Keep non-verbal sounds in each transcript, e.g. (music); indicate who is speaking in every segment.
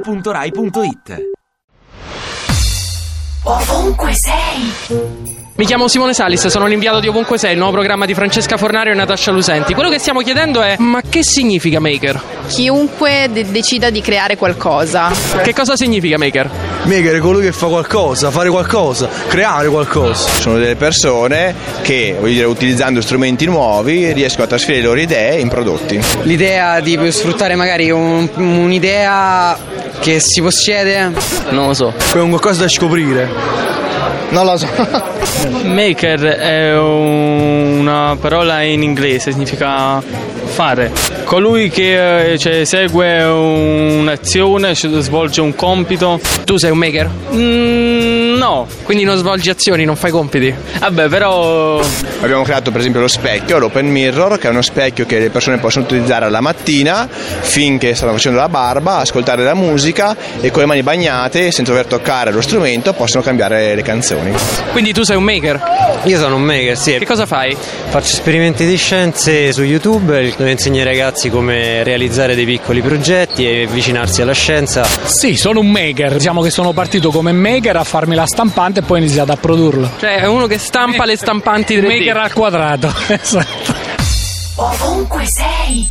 Speaker 1: radio2pod.rai.it
Speaker 2: Ovunque sei,
Speaker 3: Mi chiamo Simone Salis, sono l'inviato di Ovunque Sei, il nuovo programma di Francesca Fornario e Natascia Lusenti. Quello che stiamo chiedendo è: ma che significa maker?
Speaker 4: chiunque de- decida di creare qualcosa.
Speaker 3: Che cosa significa maker?
Speaker 5: Maker è colui che fa qualcosa, fare qualcosa, creare qualcosa.
Speaker 6: Sono delle persone che, voglio dire, utilizzando strumenti nuovi, riescono a trasferire le loro idee in prodotti.
Speaker 7: L'idea di sfruttare magari un- un'idea che si possiede
Speaker 3: Non lo so.
Speaker 5: È un qualcosa da scoprire.
Speaker 6: Non lo so.
Speaker 8: Maker è un- una parola in inglese, significa fare. Colui che eh, cioè, esegue un'azione, cioè, svolge un compito.
Speaker 3: Tu sei un maker?
Speaker 8: Mm, no,
Speaker 3: Quindi non svolgi azioni, non fai compiti.
Speaker 8: vabbè, però
Speaker 6: Abbiamo creato per esempio lo specchio, l'open mirror, che è uno specchio che le persone possono utilizzare alla mattina finché stanno facendo la barba, ascoltare la musica e con le mani bagnate, senza dover toccare lo strumento, possono cambiare le canzoni.
Speaker 3: Quindi tu sei un maker?
Speaker 9: Io sono un maker,
Speaker 3: Che
Speaker 8: Eh.
Speaker 9: sì.
Speaker 3: cosa fai?
Speaker 9: Faccio esperimenti di scienze su YouTube dove insegno ai ragazzi come realizzare dei piccoli progetti e avvicinarsi alla scienza.
Speaker 10: Sì, sono un maker. Diciamo che sono partito come maker a farmi la stampante e poi ho iniziato a produrla.
Speaker 3: Cioè, è uno che stampa le stampanti 3D.
Speaker 10: Maker al quadrato, (laughs) esatto.
Speaker 2: ovunque sei.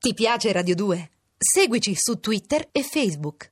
Speaker 11: Ti piace Radio 2? Seguici su Twitter e Facebook.